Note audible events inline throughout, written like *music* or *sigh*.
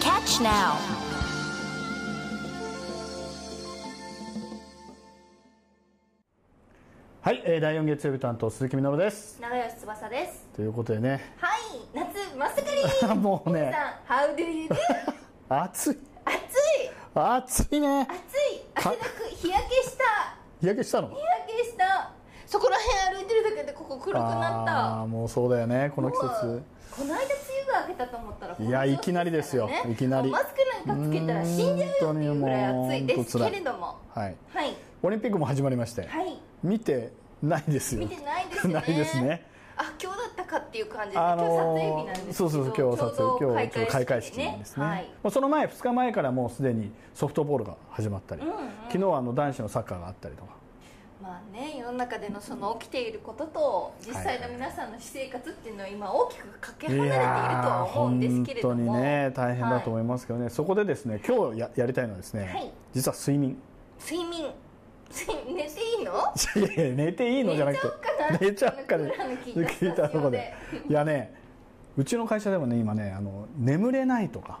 Catch Now はい、えー、第4月曜日担当鈴木みのるです長吉翼ですということでね *laughs* はい夏真っ盛りもうねさん How do you do? 暑い暑い暑いね暑い汗だく日焼けした日焼けしたの日焼けしたそこら辺歩いてるだけでここ黒くなったあーもうそうだよねこの季も節うこの間梅雨が明けたと思ったらこのいや調子いきなりですよだからねいきなりもうマスクなんかつけたら死んじゃうよっていうぐらい暑いですけれどもはいはいオリンピックも始まりまして、はい見てないですよ見てないですねないですねあ今日だったかっていう感じで、あの今日撮影日なんですけどそうそうそう今日撮影ちょうど今日ちょうど開会式でなんですね、はいもうその前2日前からもうすでにソフトボールが始まったり、うん昨日はあの男子のサッカーがあったりとかまあね世の中でのその起きていることと実際の皆さんの私生活っていうのは今大きくかけ離れているとは思うんですけれどもいやー本当にね大変だと思はいますけどね、そこでですね今日ややりたいのはですね、はい実は睡 *laughs* 眠い睡眠睡寝ていいのいやいや寝ていいのじゃなくて寝ちゃおうかな寝ちゃこのうか聞聞いいたたスタジとオこででいやねうちの会社でもね今ねあの眠れないとか、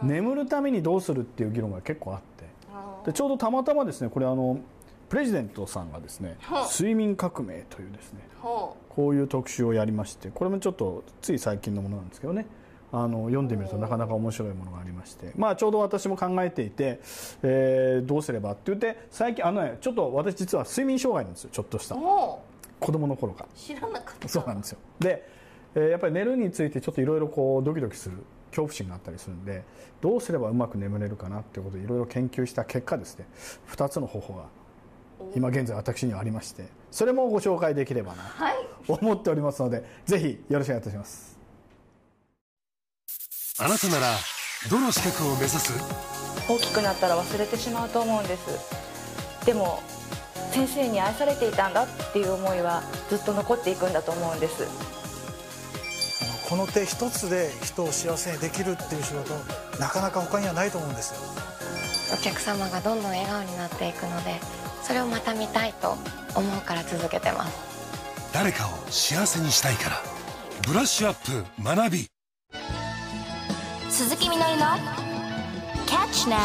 うん眠るためにどうするっていう議論が結構あってあでちょうどたまたまですねこれあのプレジデントさんがですねはい「睡眠革命」というですねーほこういう特集をやりましてこれもちょっとつい最近のものなんですけどねあの読んでみるとなかなか面白いものがありまして、まあ、ちょうど私も考えていて、えーどうすればって言って最近あの、ね、ちょっと私実は睡眠障害なんですよちょっとしうたほ子供の頃からう知らなかったそうなんですよで、えーやっぱり寝るについてちょっといろいろこうドキドキする恐怖心があったりするんでどうすればうまく眠れるかなっていうことでいろいろ研究した結果ですね2つの方法が今現在私にはありましてそれもご紹介できればなはいと思っておりますのでぜひよろしくお願いいたしますあなたならどの資格を目指す大きくなったら忘れてしまうと思うんですでも先生に愛されていたんだっていう思いはずっと残っていくんだと思うんですこの手一つで人を幸せにできるっていう仕事なかなか他にはないと思うんですよお客様がどんどん笑顔になっていくのでそれをまた見たいと思うから続けてます誰かを幸せにしたいからブラッシュアップ学び鈴木みのりの Catch Now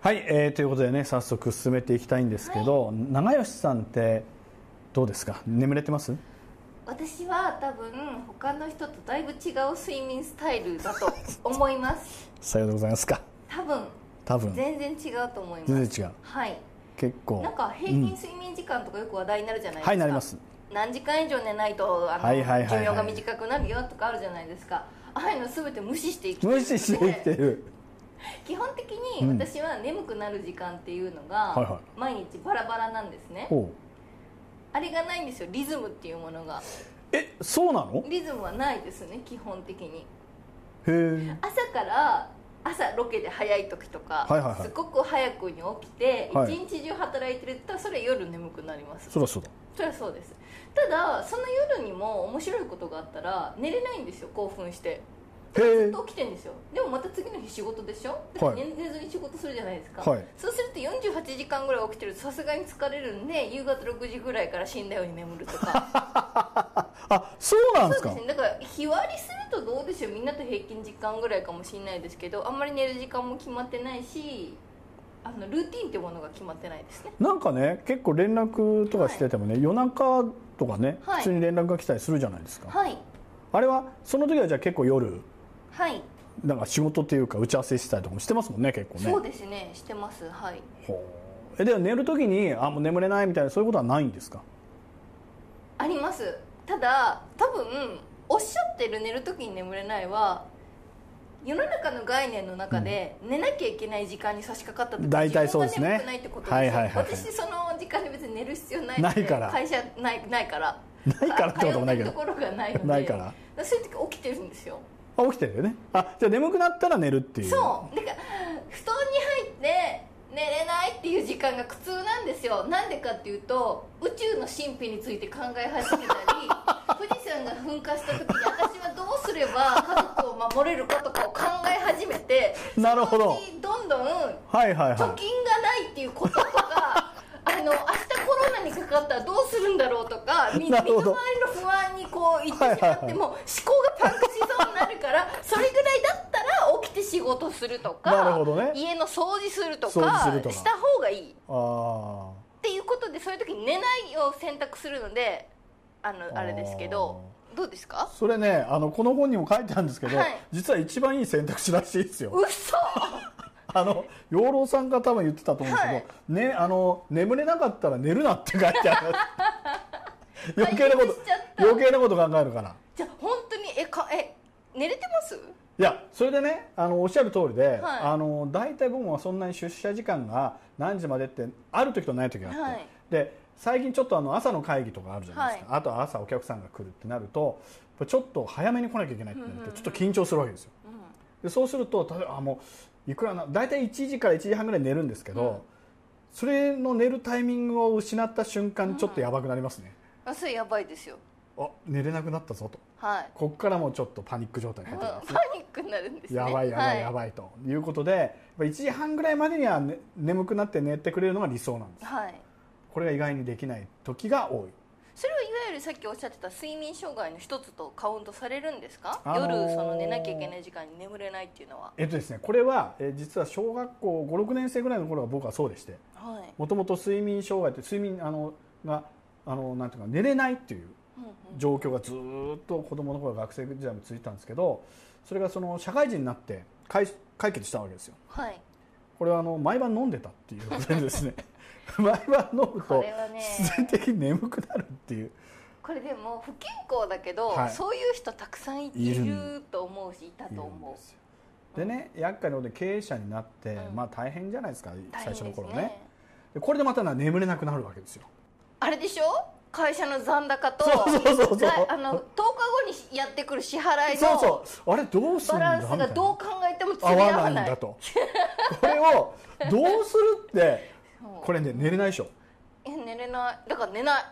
はい、えーということでね早速進めていきたいんですけど、長吉さんってどうですか眠れてます私は多分他の人とだいぶ違う睡眠スタイルだと思います *laughs* さようでございますか多分多分全然違うと思います全然違うはい結構なんか平均睡眠時間とかよく話題になるじゃないですか、はいなります何時間以上寝ないとあの、はいはいはいはい寿命が短くなるよとかあるじゃないですかああいうの全て無視して生きて無視して生きてるる基本的にうん私は眠くなる時間っていうのはいはが毎日バラバラなんですね、ほうあれがないんですよリズムっていうものがえそうなのリズムはないですね基本的にへえ朝から朝ロケで早い時とか、はいはいはいすごく早くに起きて一はい日中働いてるって言ったらそれ夜眠くなりますそりゃそうだそりゃそうですただその夜にも面白いことがあったら寝れないんですよ興奮してへずえっと起きてるんですよでもまた次の日仕事でしょ、はい寝寝ずに仕事するじゃないですか、はいそうすると48時間ぐらい起きてるとさすがに疲れるんで夕方6時ぐらいから死んだように眠るとかあそう *laughs* なんでそすうでかすねだから日割りするとどうでしょうみんなと平均時間ぐらいかもしれないですけどあんまり寝る時間も決まってないしあのルーティンってものが決まってないですねなんかね結構連絡とかしててもね、夜中とかね、はい普通に連絡が来たりするじゃないですか、はいあれはその時はじゃあ結構夜はい、なんか仕事っていうか打ち合わせしたりとかもしてますもんね結構ねそうですねしてますはいほうえでは寝る時にあもう眠れないみたいなそういうことはないんです *laughs* かありますただ多分おっしゃってる寝る時に眠れないは世の中の概念の中で寝なきゃいけない時間に差し掛かった時大体そうですね自分が眠くないってことですよはいはいはいはい私その時間に別に寝る必要ないのなでいから会社ないないからないからってこともないけ通ってどるところがないのでないかららそういう時起きてるんですよあ起きてるよねあじゃあ眠くなったら寝るっていうそうだから布団に入って寝れないっていう時間が苦痛なんですよなんでかっていうと宇宙の神秘について考え始めたり *laughs* 富士山が噴火した時に私はどうすれば家族を守れるかとかを考え始めてなるほどそのうちどんどんはいはい貯はい金がないっていうこととか *laughs* あの明日コロナにかかったらどうするんだろうとかみ身のな回りるほのど不安にこういってしまって、はいはいはいもう思考がパンクしそうになるからそれぐらいだったら起きて仕事するとかなるほどね家の掃除すると掃除かするとかした方がいいっあていうことでそういう時に寝ないを選択するのであのあれですけどどうですかあそれねあのこの本にも書いてあるんですけど、はい実は一番いい選択肢らしいですよ嘘あの養老さんが多分言ってたと思うんですけど、はいねあの眠れなかったら寝るなって書いて *laughs* ある余計なこと解決しちゃった余計なこと考えるからじゃあ本当にえかえ寝れてますいやそれでねあのおっしゃる通りで、はいあの大体僕もそんなに出社時間が何時までってある時とない時があって、はいで最近ちょっとあの朝の会議とかあるじゃないですか、あと朝お客さんが来るってなるとやっぱちょっと早めに来なきゃいけないってなるとちょっと緊張するわけですよ、でそうすると例えばあもういくらな大体1時から1時半ぐらい寝るんですけど、それの寝るタイミングを失った瞬間ちょっとやばくなりますね、あそれやばいですよあ寝れなくなったぞとはいこっからもうちょっとパニック状態に入ってきますパニックになるんですねやばいやばいやい、ばいということで、やっぱ1時半ぐらいまでには、ね、眠くなって寝てくれるのが理想なんですはい、これが意外にできない時が多いそれはいわゆるさっきおっしゃってた睡眠障害の一つとカウントされるんですか、あのー夜その寝なきゃいけない時間に眠れないっていうのはえっとですねこれは、えー実は小学校56年生ぐらいの頃は僕はそうでしてはい、もともと睡眠障害って睡眠あのがあのなんていうか寝れないっていううんうん状況がずーっと子供の頃学生時代も続いてたんですけどそれがその社会人になって解解決したわけですよはい、これはあの毎晩飲んでたっていうことでですね *laughs* 毎晩飲む *laughs* ことれはね必然的に眠くなるっていうこれでも不健康だけど、はいそういう人たくさんいいるると思うしいたといるん思ですよでね厄介なことで経営者になって、うんまあ大変じゃないですかう最初の頃ね大で変ですこれでまたな眠れなくなるわけですよあれでしょ会社の残高とそうそうそうそうだあの10日後にやってくる支払いそうのそうあれどうするバんだラみたンスいながどう考えても釣合り合わなわいんないだとこれをどうする *laughs* ってこれね寝れないでしょえ寝れないだから寝ない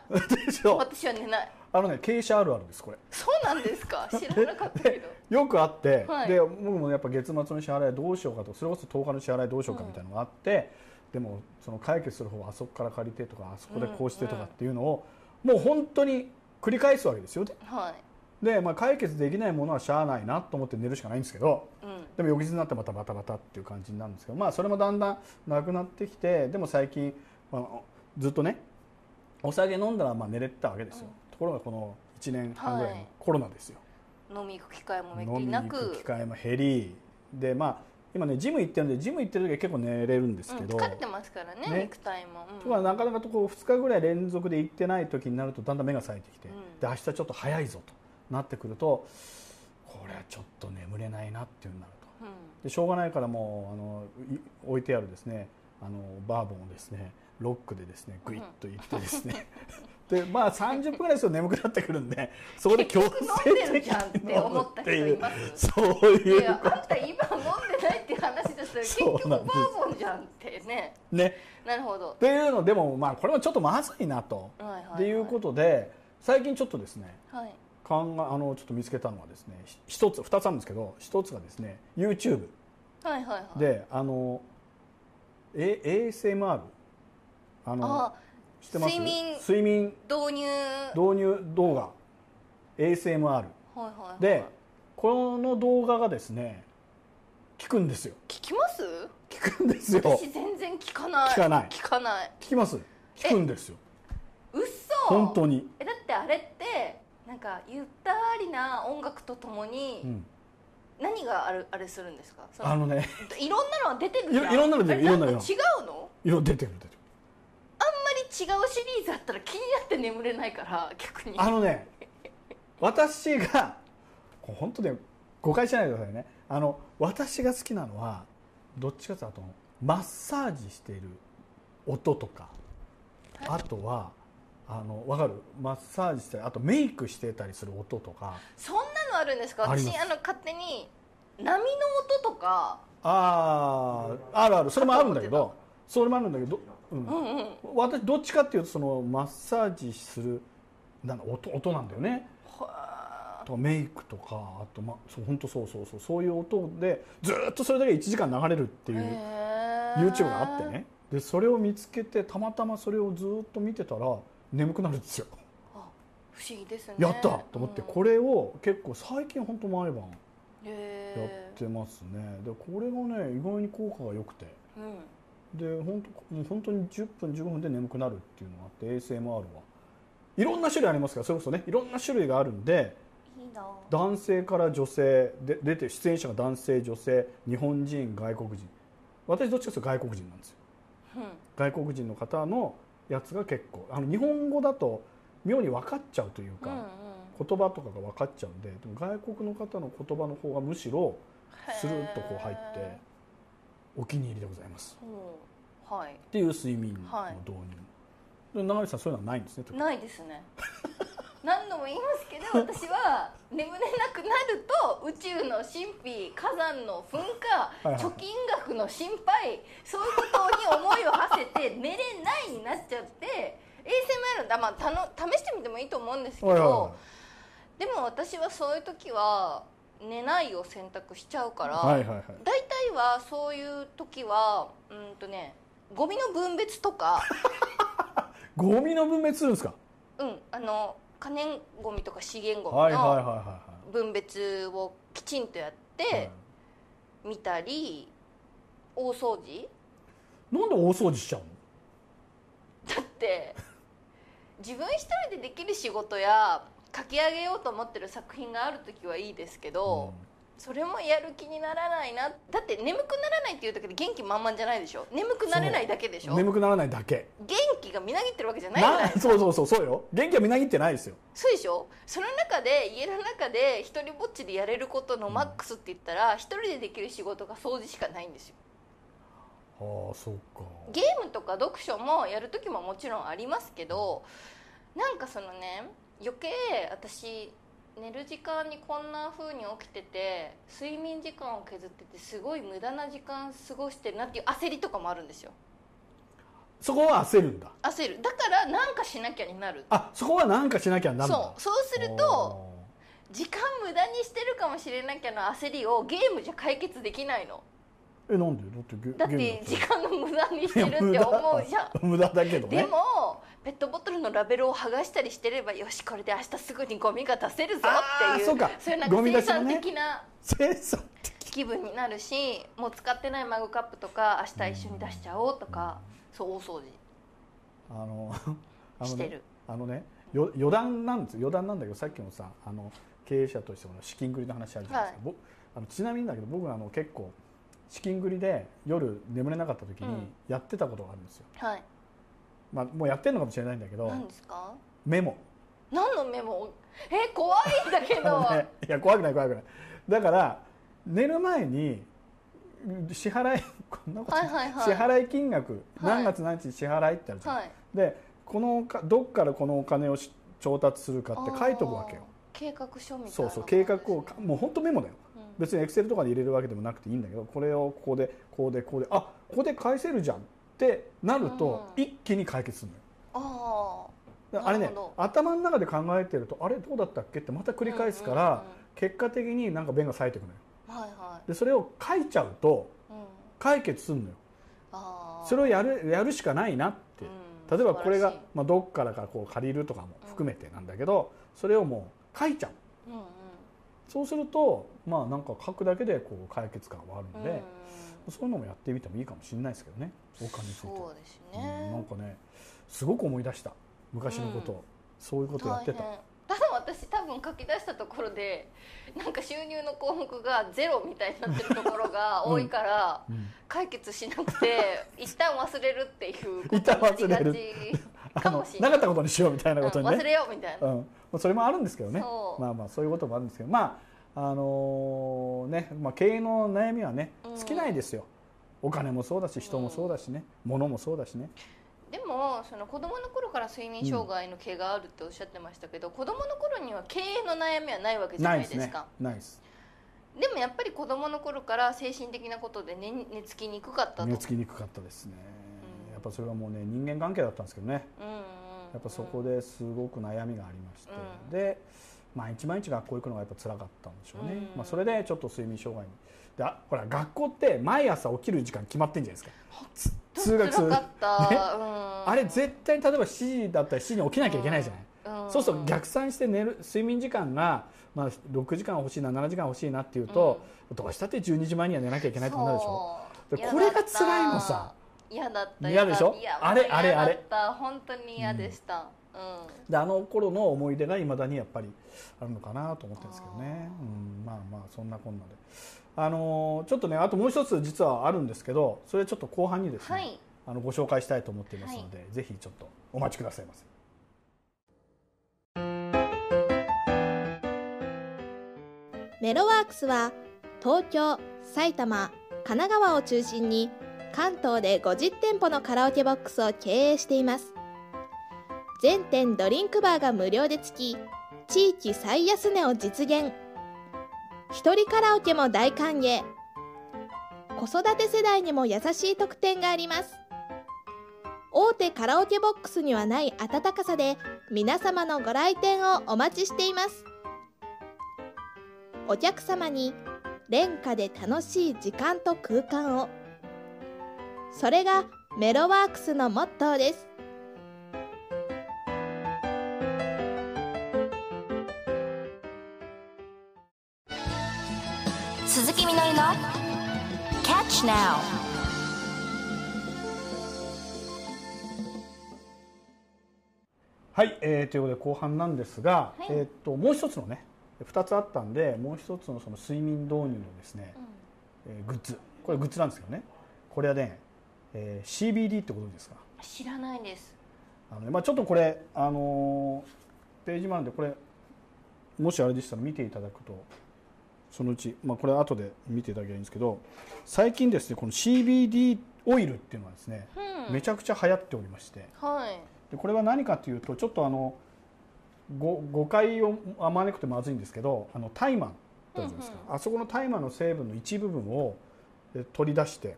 でしょ私は寝ないあのね経営者あるあるですこれそうなんで *laughs* すか知らなかったけどよくあって、はいで僕もやっぱ月末の支払いどうしようかとかそれこそ10日の支払いどうしようかみたいなのがあって、でもその解決する方はあそこから借りてとかあそこでこうしてとかっていうのを、もう本当に繰り返すわけですよねはで、まあ、解決できないものはしゃあないなと思って寝るしかないんですけどい、うん、でも翌日になってまたバタバタっていう感じになるんですけど、まあ、それもだんだんなくなってきてでも最近あのずっとねお酒飲んだらまあ寝れてたわけですよ、ところがこの1年半ぐらいはいのコロナですよ、飲み行く機会もめっ飲きみりにな行くく機会も減りでまあ今ねジム行ってるんでジム行ってる時は結構寝れるんですうんけど、疲れてますからねね肉体も、うんとかなかなかとこう2日ぐらい連続で行ってない時になるとだんだん目が冴えてきて、うんで明日ちょっと早いぞとなってくるとこれはちょっと眠れないなっていうのになるとうでしょうがないからもうあのい置いてあるですねあのバーボンをですねロックでですねグイッといってですね、 *laughs* でまあ30分ぐらいですと眠くなってくるんでそこで強制飲んでる的じゃんってに飲む思ったっ人ていいうますそういん、ういやあんた今飲んでないって話だったら *laughs* 結そう局なバんーですボンじゃんってねねなるほどっていうのでもまあこれもちょっとまずいなと、はいはいはいっていうことで最近ちょっとですねはい考えあのちょっと見つけたのはですねひ一つ二つあるんですけど一つがですね YouTube はいはいはいであの、A、ASMR あのあ知ってます睡眠睡眠導入導入動画 ASMR はいはいはいでこの動画がですね聞くんですよ聞きます聞くんですよ私全然聞かない聞かない聞かない聞きます聞くんですよ嘘本当に、えだってあれってなんかゆったりな音楽とともに、うん、何があるあれするんですかそのあのねいろんなのは出てくるじゃんいろいろんなの出てくるいあれろんなのんか違うの色出てくる出てくるあんまり違うシリーズあったら気になって眠れないから逆にあのね私がこれ本当ね誤解しないでくださいねあの私が好きなのはどっちかというとあとマッサージしている音とかあとはあのわかるマッサージしたりあとメイクしてたりする音とかそんなのあるんですかあり私ますあの勝手に波の音とかあーあるあるそれもあるんだけどそれもあるんだけど、うんうんうん私どっちかっていうとそのマッサージするなんだ音音なんだよねとかメイクとかあと、ま、そう本当そうそうそうそういう音でずーっとそれだけ1時間流れるっていう YouTube があってねでそれを見つけてたまたまそれをずーっと見てたら眠くなるんですよ、不思議ですねやったと思ってこれを結構最近本当毎晩れへやえってますねでこれがね意外に効果が良くてうんで本当もう本当に10分15分で眠くなるっていうのがあって ASMR はいろんな種類ありますからそれこそねいろんな種類があるんでいいな男性から女性で出て出演者が男性女性日本人外国人私どっちかというと外国人なんですようん外国人の方のやつが結構あの日本語だと妙に分かっちゃうといううか、んうん言葉とかが分かっちゃうんででも外国の方の言葉の方がむしろスルッとこう入ってへお気に入りでございますーうんはいっていう睡眠のはい導入、で長渕さんそういうのはないんですね特にないですね何度も言いますけど私は眠れなくなると宇宙の神秘火山の噴火はいはい貯金額の心配そういうことに思いを馳せて寝れないになっちゃって ASMR だ、まあ、たの試してみてもいいと思うんですけど、はいはいはいでも私はそういう時は寝ないを選択しちゃうから、はいはいはい大体はそういう時はうんとねゴミの分別とか。ゴミの分別するんですかうん、あの可燃ごみとか資源ごはみいはいはいのは分別をきちんとやっいはいて見たり、大掃除なんで大掃除しちゃうの *laughs* だって自分一人でできる仕事や書き上げようと思ってる作品がある時はいいですけど、それもやる気にならないなだって眠くならないっていうだけで元気満々じゃないでしょ眠くなれないだけでしょ元眠くならないだけ気がみなぎってるわけじゃないじゃないですかそうそうそうそうよ元気はみなぎってないですよそうでしょその中で家の中で一人ぼっちでやれることのマックスって言ったら一、人でできる仕事が掃除しかないんですよああそうかゲームとか読書もやる時ももちろんありますけどなんかそのね余計私寝る時間にこんな風に起きてて睡眠時間を削っててすごい無駄な時間過ごしてるなっていう焦りとかもあるんですよそこは焦るんだ焦るだからなんかしなきゃになるあそこは何かしなきゃなるんだそうそうすると時間無駄にしてるかもしれなきゃの焦りをゲームじゃ解決できないのあーえなんでだってゲだっゲームやてって時間の無駄にしてるって思う *laughs* じゃん無駄だけどねで *laughs* もペットボトルのラベルを剥がしたりしてればよしこれで明日すぐにゴミが出せるぞっていうあーそうかいうなんかゴミ出生しも産ね的な生産的気分になるし、もう使ってないマグカップとか明日一緒に出しちゃおうとか、そう大掃あのあ除のしねてる、あのねよ余談なんですよ余談なんだけどさっきのさあの経営者としての資金繰りの話あるじゃないですか、ぼあのちなみにだけど僕はあの結構資金繰りで夜眠れなかった時うんにやってたことがあるんですよ、はいまあ、もうやってるのかもしれないんだけど何ですかメモ何のメモえ怖いんだけあのど、ね *laughs* いや怖くない怖くないだから寝る前に支払い *laughs* こんなこと、はいはいはい支払い金額はい何月何日支払いってあるじゃん、はいでこのかどっからこのお金をし調達するかって書いとくわけよあー計画書みたいなそうそう感じ計です画ねをかもう本当メモだようん別にエクセルとかに入れるわけでもなくていいんだけどこれをここでこうでこうであここで返せるじゃんってなるとうん一気に解決するのよあだからあれなねるほど頭の中で考えてるとあれどうだったっけってまた繰り返すから、結果的になんか弁が冴えてくのよあはいはでそれを書いちゃうとい、うん、解決するのよあーそれをやるやるしかないなって、うん例えばこれが素晴らしい、まあ、どっからかこう借りるとかも含めてなんだけど、それをもう書いちゃううんうんそうするとまあなんか書くだけでこう解決感はあるのうんで、そういうのもやってみてもいいかもしれないですけどねお金について、そうですうんなんね、かねすごく思い出した昔のことを、うんそういうことやってた大変ただ私多分書き出したところでなんか収入の項目がゼロみたいになってるところ *laughs* が多いから、うん解決しなく *laughs* て一旦忘れるっていうこと一旦忘れるにしがちあ *laughs* かのもしれなないかったことにしようみたいなことにうん忘ね、れようみたいうんな、まあそれもあるんですけどねそうまあまあそういうこともあるんですけどまああのね、まあ、経営の悩みはねうん尽きないですよ、お金もそうだし人もそうだしね、物もそうだしねでもその子供の頃から睡眠障害の毛があるっておっしゃってましたけど、子供の頃には経営の悩みはないわけじゃなないいでですすねかないですでもやっぱり子供の頃から精神的なことで寝寝つきにくかったと寝つきにくかったですねやっぱそれはもうね人間関係だったんですけどねうんうんうんやっぱそこですごく悩みがありまして、うんで毎日毎日学校行くのがやっぱ辛かったんでしょうね、うんまあ、それでちょっと睡眠障害にであほら学校って毎朝起きる時間決まってんじゃないですかつ通学す辛るかった、 *laughs* ねうんあれ絶対に例えば7時だったら7時に起きなきゃいけないじゃない、うんそうすると逆算して寝る睡眠時間が、まあ、6時間欲しいな7時間欲しいなっていうと、どうしたって12時前には寝なきゃいけないってことになるでしょそでこうれが辛いのさ嫌だった嫌でしょ嫌だったあれあれあれ嫌だった本当に嫌でした、うんであの頃の思い出がいまだにやっぱりあるのかなと思ってるんですけどね、うん、まあまあそんなこんなで、あのーちょっとねあともう一つ実はあるんですけどそれちょっと後半にですね、はいあのご紹介したいと思っていますので、ぜひちょっとお待ちくださいませ。メロワークスは東京、埼玉、神奈川を中心に関東で50店舗のカラオケボックスを経営しています全店ドリンクバーが無料でつき地域最安値を実現一人カラオケも大歓迎子育て世代にも優しい特典があります大手カラオケボックスにはない温かさで皆様のご来店をお待ちしていますお客様に廉価で楽しい時間と空間をそれがメロワークスのモットーです鈴木みのりの「Catch Now」はい、えーということで後半なんですが、はいえー、ともう一つのね2つあったんでもう一つのその睡眠導入のですね、えーグッズこれグッズなんですけどねこれはね、えー CBD ってことですか知らないですあのねまあ、ちょっとこれ、あのーページもあるんでこれもしあれでしたら見ていただくとそのうち、まあ、これ後で見ていただければいいんですけど最近ですねこの CBD オイルっていうのはですね、めちゃくちゃ流行っておりましてはいでこれは何かというとちょっとあのご誤解をあまねくてまずいんですけどあのタイマーってあるじゃないですか、あそこのタイマーの成分の一部分をえ取り出して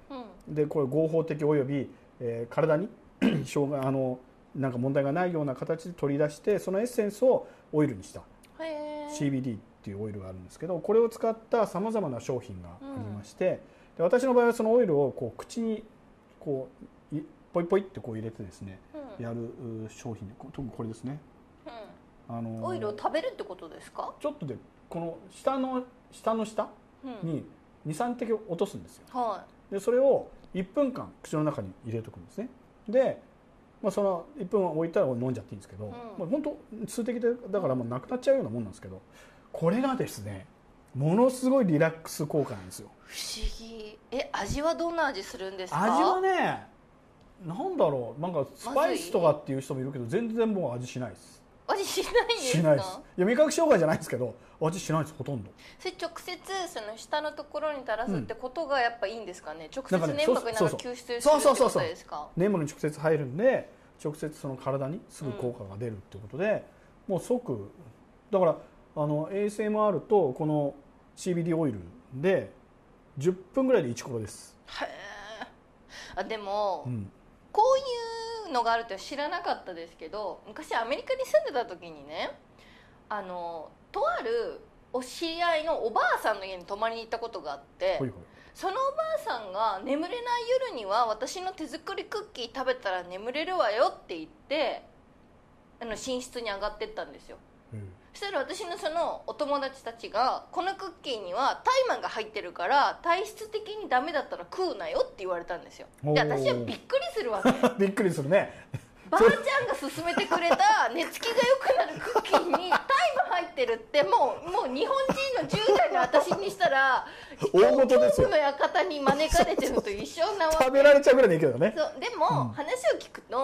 うんでこれ合法的および、えー体に *clears throat* 障害あのなんか問題がないような形で取り出してそのエッセンスをオイルにしたへー CBD っていうオイルがあるんですけどこれを使ったさまざまな商品がありまして、で私の場合はそのオイルをこう口にこういポイポイってこう入れてですねうんやるう商品でこ特にこれですね、あうのんオイルを食べるってことですか、ちょっとでこの下の下の下うん、に23滴落とすんですよはでそれを1分間口の中に入れておくんですねで、まあ、その1分置いたら飲んじゃっていいんですけど、んまあ、本当数滴でだからもうなくなっちゃうようなもんなんですけどこれがですねものすごいリラックス効果なんですよい不思議え味はどんな味するんですか味はねなんだろうなんかスパイスとかっていう人もいるけど全然もう味しないです味しないんですかしないですいや味覚障害じゃないんですけど味しないですほとんどそれ直接その下のところに垂らすってことがやっぱいいんですかね、直なんか接ね粘膜になんかそうそう吸収するってそうそうそうことそうですか粘膜に直接入るんで直接その体にすぐ効果が出るってことで、もう即だからあの ASMR とこの CBD オイルで10分ぐらいで1コロです、あでも、うんこういうのがあるとは知らなかったですけど昔アメリカに住んでた時にねあのとあるお知り合いのおばあさんの家に泊まりに行ったことがあって、ほいほいそのおばあさんが眠れない夜には私の手作りクッキー食べたら眠れるわよって言ってあの寝室に上がってったんですようん *laughs* そしたら私のそのお友達たちがこのクッキーにはタイマーが入ってるから体質的にダメだったら食うなよって言われたんですよおでー私はびっくりす *laughs* るわけびっくりするねばあちゃんが勧めてくれた寝つきが良くなるクッキーにタイマー入ってるってもうもう日本人の10代の私にしたら大事です恐よ怖の館に招かれてるのと一緒なわけ食べられちゃうぐらいでいいけどねそうでも、話を聞くと、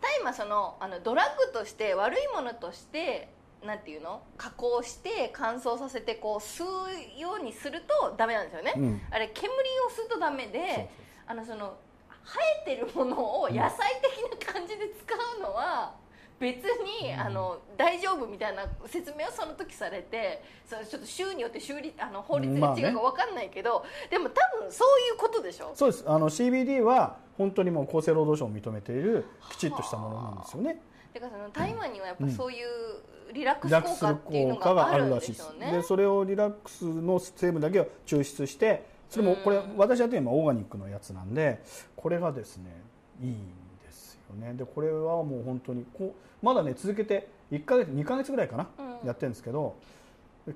大麻そのあのドラッグとして悪いものとしてなんていうの加工して乾燥させてこう吸うようにするとダメなんですよね、うんあれ煙を吸うとダメであのその生えてるものを野菜的な感じで使うのは別にあの大丈夫みたいな説明をその時されてそのちょっと州によって州立あの法律が違うか分かんないけど、でも多分そういうことでしょそうですあの CBD は本当にもう厚生労働省も認めているきちっとしたものなんですよねだからその大麻にはやっぱそういうリラックリスラック効スす果るっていうの効果ががああるるんらでしいでしすょうで,、ねそれをリラックスの成分だけを抽出してそれもこれ私やってるのはオーガニックのやつなんでこれがですねいいんですよねでこれはもう本当にこうまだね続けて1か月2か月ぐらいかな、うんやってるんですけど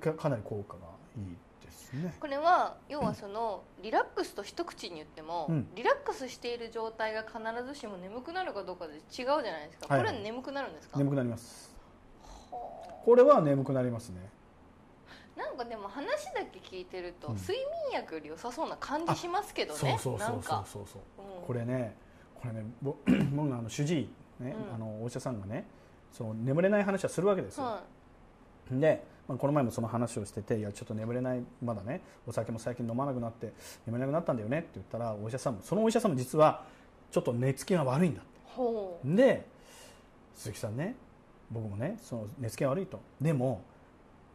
かかなり効果がいいですねこれは要はそのリラックスと一口に言っても、うんリラックスしている状態が必ずしも眠くなるかどうかで違うじゃないですか、はいこれは眠くなるんですか眠くなりますこれは眠くなりますねなんかでも話だけ聞いてると、うん睡眠薬より良さそうな感じしますけどそうねそうなそんうそうかそうそううんこれねこれねぼ *clears throat* 僕のあの主治医、ねうんあのお医者さんがねその眠れない話はするわけですよ、はで、まあ、この前もその話をしてて「いやちょっと眠れないまだねお酒も最近飲まなくなって眠れなくなったんだよね」って言ったらお医者さんもそのお医者さんも実はちょっと寝つきが悪いんだいほうで鈴木さんね僕もねその寝つきが悪いとでも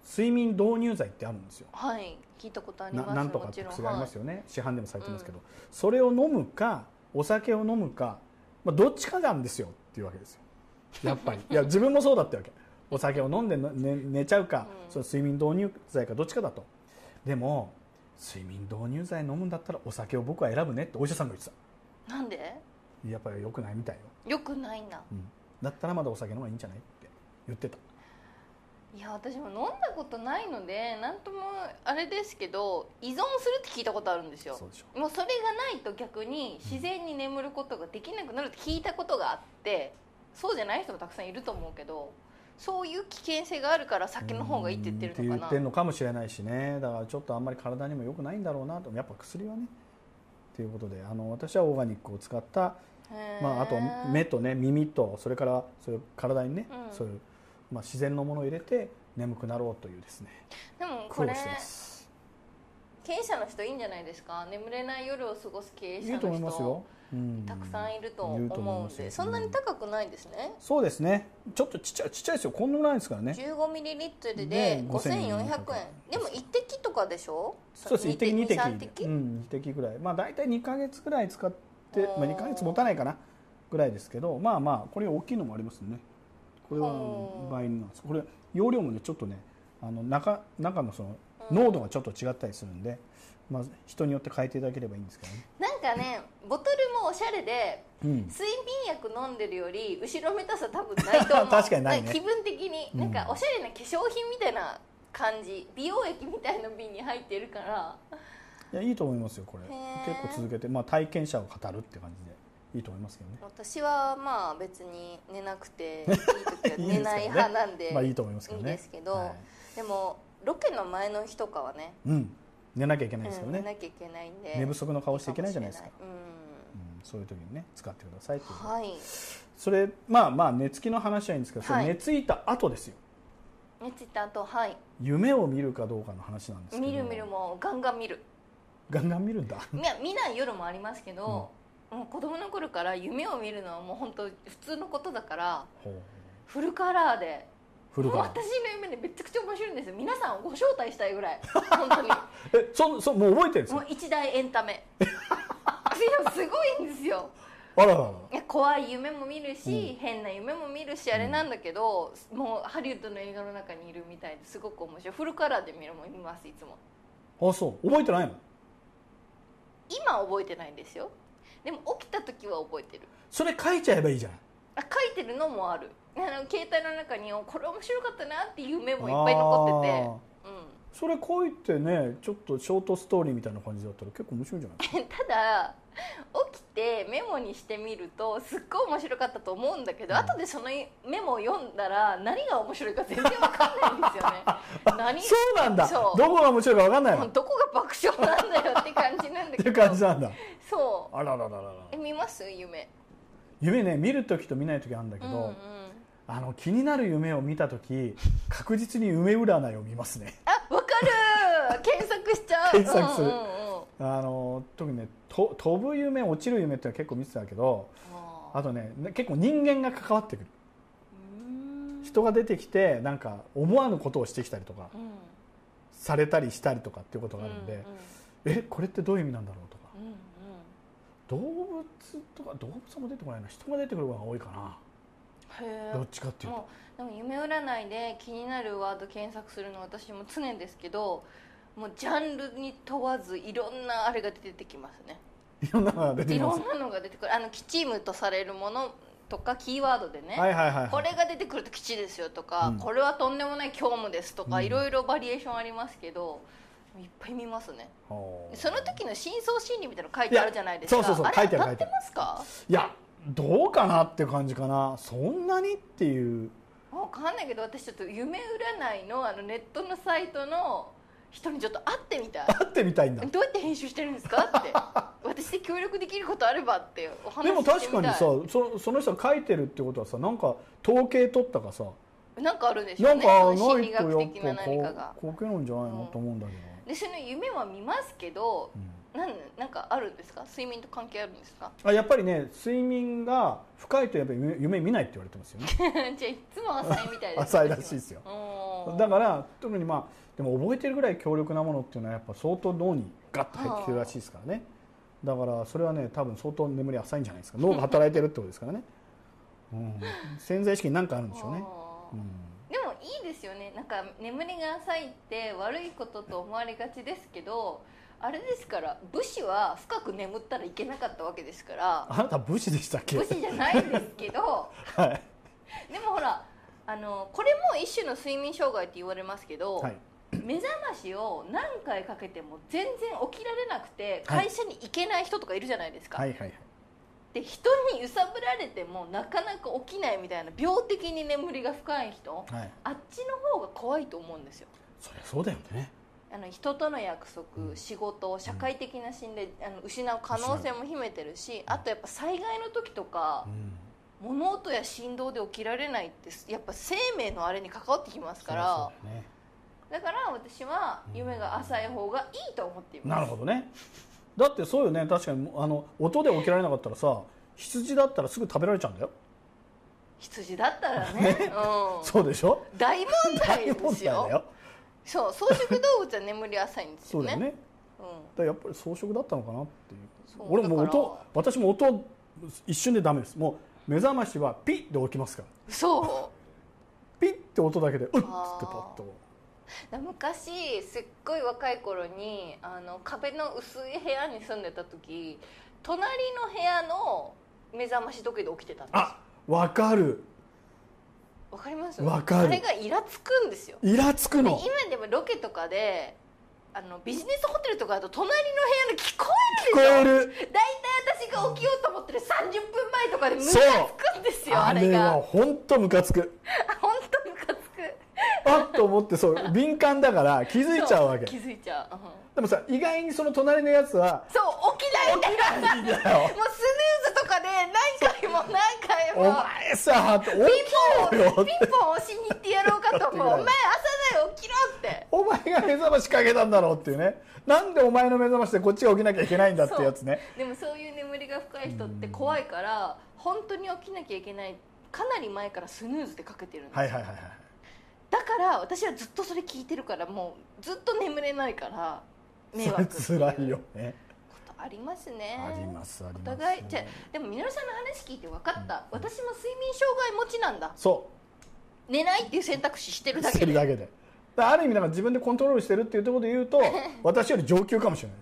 睡眠導入剤ってあるんですよはい聞いたことありまなすなんとかもっちてろん薬ありますよね、市販でもされてますけど、それを飲むかお酒を飲むか、まあ、どっちかなんですよっていうわけですよやっぱりいや自分もそうだったわけお酒を飲んでの寝寝ちゃうか、うんその睡眠導入剤かどっちかだとでも睡眠導入剤飲むんだったらお酒を僕は選ぶねってお医者さんが言ってはいなんでたやっぱり良くないみたいよ、よくないなうんだったらまだお酒の方がいいんじゃないって言ってたいや私も飲んだことないのでなんともあれですけど依存するって聞いたことあるんですよそうでしょもうそれがないと逆に自然に眠ることができなくなるって聞いたことがあってそうじゃない人もたくさんいると思うけどそういう危険性があるから酒の方がいいって言ってるのうんって言かっなてんのかもしれないしねだからちょっとあんまり体にも良くないんだろうなとやっぱ薬はねということであの私はオーガニックを使った、へーまあ、あと目とね耳とそれからそういう体にね、うんそういう、まあ、自然のものを入れて眠くなろうというですねでもこ苦労れしてます経営者の人いいんじゃないですか眠れない夜を過ごす経営いい者と思いのます人よ、うんたくさんいるといると思い思うまんすよでそんなに高くないですねそうですねちょっとちっちゃいちっちゃいですよこんなないですからね15ミリリットルでね5400 5400円でも一滴とかでしょそうです1滴二2滴三滴うん、2滴ぐらいまあ大体2か月ぐらい使って、おーまあ、2か月持たないかなぐらいですけどまあまあこれ大きいのもありますねこれはほう倍になるんですこれ容量もねちょっとねあの中中のその濃度がちょっと違ったりするんで、まあ、人によって変えていただければいいんですけどね、なんかねボトルもおしゃれでうん、睡眠薬飲んでるより後ろめたさ多分ないと思 *laughs* う確かにないねん気分的にうんなんかおしゃれな化粧品みたいな感じ美容液みたいな瓶に入ってるからいやいいと思いますよこれへー結構続けて、まあ、体験者を語るって感じでいいと思いますけどね私はまあ別に寝なく *laughs* ていい時は寝ない派なんでまあいいと思いますけどねいいですけどはいでもロケの前の日とかはねうん、寝なきゃいけないですようんね、寝なきゃいけないんで寝不足の顔していけないじゃないですかもしれないうんうん、そういう時にね使ってくださいということではい。それまあまあ寝つきの話はいいんですけど、それはい寝ついた後ですよ寝ついた後、はい。夢を見るかどうかの話なんですけど見る見るもうガンガン見る。ガンガン見るんだいや見ない夜もありますけど、もう子供の頃から夢を見るのはもう本当普通のことだから、ほうフルカラーで。フルカラもう私の夢でめちゃくちゃ面白いんですよ。皆さんをご招待したい *laughs* ぐらい。本当に。ーえそそもう覚えてるんですもうか一大エン *laughs* タメ。いやすごいんですよ。あらららいや怖い夢も見るし、変な夢も見るしあれなんだけど、もうハリウッドの映画の中にいるみたいですごく面白いフルカラーで見るも見ますいつもあそう覚えてないの今は覚えてないんですよでも起きた時は覚えてるそれ書いちゃえばいいじゃないあ書いてるのもあるあの携帯の中におこれ面白かったなっていう夢もいっぱい残っててあーそれ書いてねちょっとショートストーリーみたいな感じだったら結構面白いんじゃないですかうん、 *laughs* ただ起きてメモにしてみるとすっごい面白かったと思うんだけど、後でそのメモを読んだら何が面白いか全然わかんないんです *laughs* よね何そうなんだそどこうが面白いか分かんないものうっどこが爆笑なんだよって感じなんだけどていう感じなんだそうあらららららえ見ます夢夢ね見る時と見ない時あるんだけうど、んうんあの気になる夢を見た時確実に夢占いを見ますね *laughs* あわかる検索しちゃう検索するうんうんうんあの特にねと飛ぶ夢落ちる夢ってのは結構見てたけどあーあとね結構人間が関わってくる人が出てきてなんか思わぬことをしてきたりとかうんうんされたりしたりとかっていうことがあるんうんで、えこれってどういう意味なんだろうとかうんうん動物とか動物はも出てこないな人が出てくる方が多いかへえなどっちかっていうともうでも夢占いで気になるワード検索するの私も常ですけどもうジャンルに問わずいろんなあれが出てきますねいろんなのが出ていきまろすんなのが出てくるあのきちむとされるものとかキーワードでね、はいはいはいはいこれが出てくると吉ですよとか、うんこれはとんでもない虚無ですとか、うんいろいろバリエーションありますけどいっぱい見ますねほうその時の真相心理みたいなの書いてあるじゃないですかいやそうそうそうあれ書いてある当たってますかいやどうかなって感じかなそんなにっていうわかんないけど私ちょっと夢占いのあのネットのサイトの人にちょっと会ってみたい会ってみたいんだどうやって編集してるんですかって私で協力できることあればってお話しでもして確みかたいにさそその人が書いてるってことはさなんか統計取ったかさなんかあるんでしょなうんねかそのな心い理学と的やなっぱ何かがこうこういうのんじゃないのと思うんだけど、でその夢は見ますけどうんなんなんかあるんですか睡眠と関係あるんですか *laughs* あやっぱりね睡眠が深いとやっぱり夢夢見ないって言われてますよねじゃあいつも浅いみたいです浅いらしいですようんだから特にまあでも覚えてるぐらい強力なものっていうのはやっぱ相当脳にガッと入ってきてるらしいですからねだからそれはね多分相当眠り浅いんじゃない *laughs* ですか脳が働いてるってことですからね、うん、潜在意識に何かあるんでしょうね、うんうん、でもいいですよねなんか眠りが浅いって悪いことと思われがちですけどあれですから武士は深く眠ったらいけなかったわけですからあなた武士でしたっけ武士じゃないんですけど *laughs* はい、でもほらあのこれも一種の睡眠障害って言われますけど、はい、目覚ましを何回かけても全然起きられなくてはい会社に行けない人とかいるじゃないですか、はいはいはいで人に揺さぶられてもなかなか起きないみたいな病的に眠りが深い人はいあっちの方が怖いと思うんですよそりゃそうだよねあの人との約束仕事社会的な信頼あの失う可能性も秘めてるしあとやっぱ災害の時とかうん物音や振動で起きられないってやっぱ生命のあれに関わってきますそかりゃそらうだよねだから私は夢が浅い方がいいと思っていまなするほどねだってそうよね確かにあの音で起きられなかったらさ羊だったらすぐ食べられちゃうんだよ、羊だったら *laughs* ねうそうでしょん、大問題大で問す題よだよそう草食動物は眠り浅いんですそようだねよねうん、だからやっぱり草食だったのかなっていうそう俺もうだから音私も音一瞬でダメですもう目覚ましはピッて起きますからそうピッて音だけでうっつってあーパッと昔すっごい若い頃にあの壁の薄い部屋に住んでた時隣の部屋の目覚まし時計で起きてたんですあわかるわかりますわかるあれがイラつくんですよイラつくでの今でもロケとかであのビジネスホテルとかだと隣の部屋の聞こ聞こえるえでしょる大体私が起きようと思ってる30分前とかでムカつそうくんですよああれれがは本当ムカつく本当ムカつくあっと思ってそう敏感だから気づいちゃうわけそ気づいちゃう、うんでもさ意外にその隣のやつはそう起きないんだからいいんだよもうスヌーズとかで何回も何回おも前さ起きピろンポンよピンポン押しに行ってやろうかと思うお前朝だよ起きろってお前が目覚ましかけたんだろうっていうねなんでお前の目覚ましでこっちが起きなきゃいけないんだってやつねでもそういう眠りが深い人って怖いから本当に起きなきゃいけないかなり前からスヌーズでかけてるんですよはいはいはいはいだから私はずっとそれ聞いてるからもうずっと眠れないから迷惑ってそいうれ辛いよねことありますねありますありおます互いじゃあでもみのるさんの話聞いて分かった、私も睡眠障害持ちなんだそ寝ないっていう選択肢してるうだしけてでるだけでだからある意味だから自分でコントロールしてるっていうところで言う *laughs* と私より上級かもしれない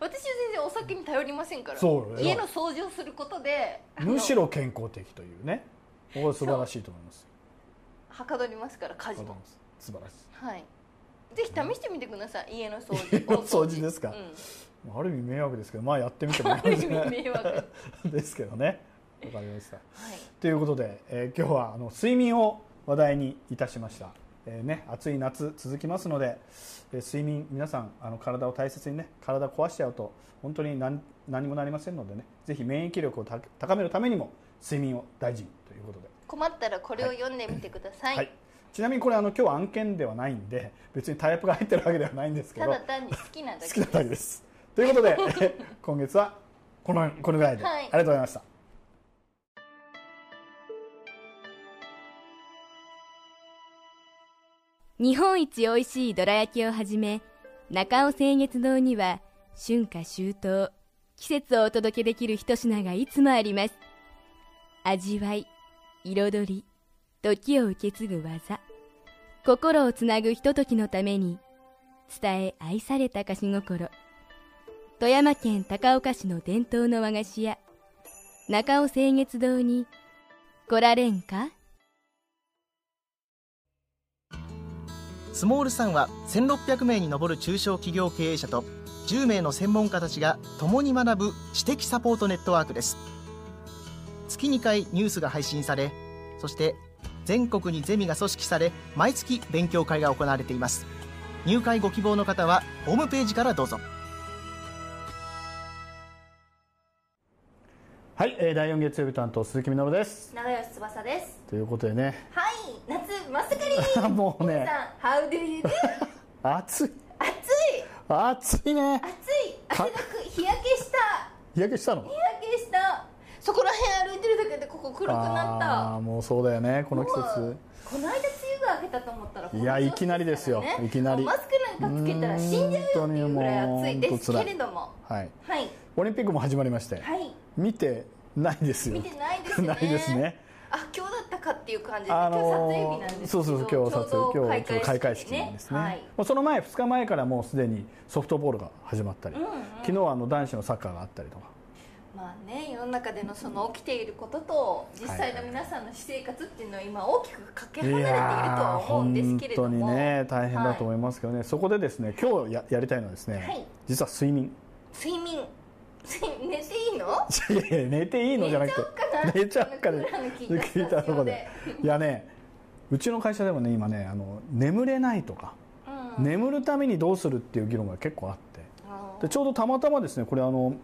私は全然お酒に頼りませんからそうよ家の掃除をすることであのむしろ健康的というねここ素晴らしいと思いますはかどりますから家事わかりもます素晴らしはいぜひ試してみてください家の掃 *laughs* 家除の掃除ですかういある意味迷惑ですけどまあやってみてもいいん、ある意味迷惑は *laughs* いですけどねわかりましたということで、えー今日はあの睡眠を話題にいたしました、えーね、暑い夏続きますので、えー睡眠皆さんあの体を大切にね体壊しちゃうと本当に何何もなりませんのでねぜひ免疫力をた高めるためにも睡眠を大事にということで、困ったらこれを読んでみてください、はいちなみにこれあの今日は案件ではないんで別にタイプが入ってるわけではないんですけたどだ単に好きな好だけきなだけですということで *laughs* 今月はこのこのぐらいで、はいありがとうございました日本一おいしいどら焼きをはじめ中尾清月堂には春夏秋冬季節をお届けできる一品がいつもあります味わい彩り時を受け継ぐ技心をつなぐひとときのために伝え愛された菓子心富山県高岡市の伝統の和菓子屋中尾清月堂に来られんかスモールさんは1600名に上る中小企業経営者と10名の専門家たちが共に学ぶ知的サポートネットワークです月2回ニュースが配信されそして全国にゼミが組織され毎月勉強会が行われています入会ご希望の方はホームページからどうぞはい、えー第4月曜日担当鈴木みのるです長吉翼ですということでね *laughs* はい夏真っ盛り *laughs* もう皆ねさん How do you do? 暑い暑い暑いね暑い汗だく日焼けした日焼けしたの日焼けしたそこら辺歩いてるだけでここ黒くなったああもうそうだよねこの季も節うこの間梅雨が明けたと思ったらこのいや調子いきなりですよからねいきなりもうマスクなんかつけたら死んじゃうよっていうぐらい暑いですけれどもはいはいオリンピックも始まりまして、はい見てないですよ見てないです *laughs* ねないですねあ今日だったかっていう感じで、あの今日撮影日なんですけどそうそうそう今日撮影今日ちょうど開開会会式式なんねですね、はいもうその前2日前からもうすでにソフトボールが始まったり、昨日はあの男子のサッカーがあったりとかまあね世の中でのその起きていることと実際の皆さんの私生活っていうのは今大きくかけ離れているとは思うんですけれどもいやー本当にね大変だと思いますけどね、そこでですね今日ややりたいのはですね、はい実は睡眠睡眠睡眠寝ていいのいやいや寝ていいのじゃなくて寝寝ちちゃゃううかかねな *laughs* 聞いたとこでいやねうちの会社でもね今ねあの眠れないとか、うん眠るためにどうするっていう議論が結構あってあーでちょうどたまたまですねこれあの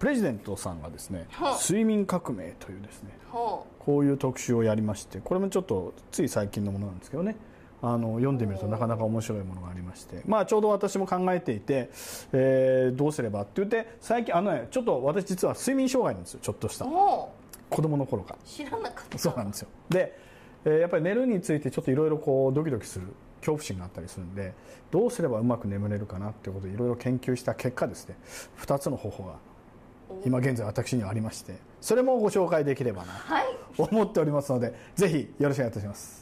プレジデントさんがですねはあ睡眠革命というですねほこういう特集をやりましてこれもちょっとつい最近のものなんですけどねあの読んでみるとなかなか面白いものがありまして、まあ、ちょうど私も考えていて、えーどうすればって言って最近あのねちょっと私実は睡眠障害なんですよちょっとしたうも子供の頃からう知らなかっ *laughs* たそうなんですよで、えーやっぱり寝るについてちょっといろいろこうドキドキする恐怖心があったりするんでどうすればうまく眠れるかなっていうことでいろいろ研究した結果ですね2つの方法が今現在私にはありましてそれもご紹介できればなはいと思っておりますのでぜひよろしくお願いいたします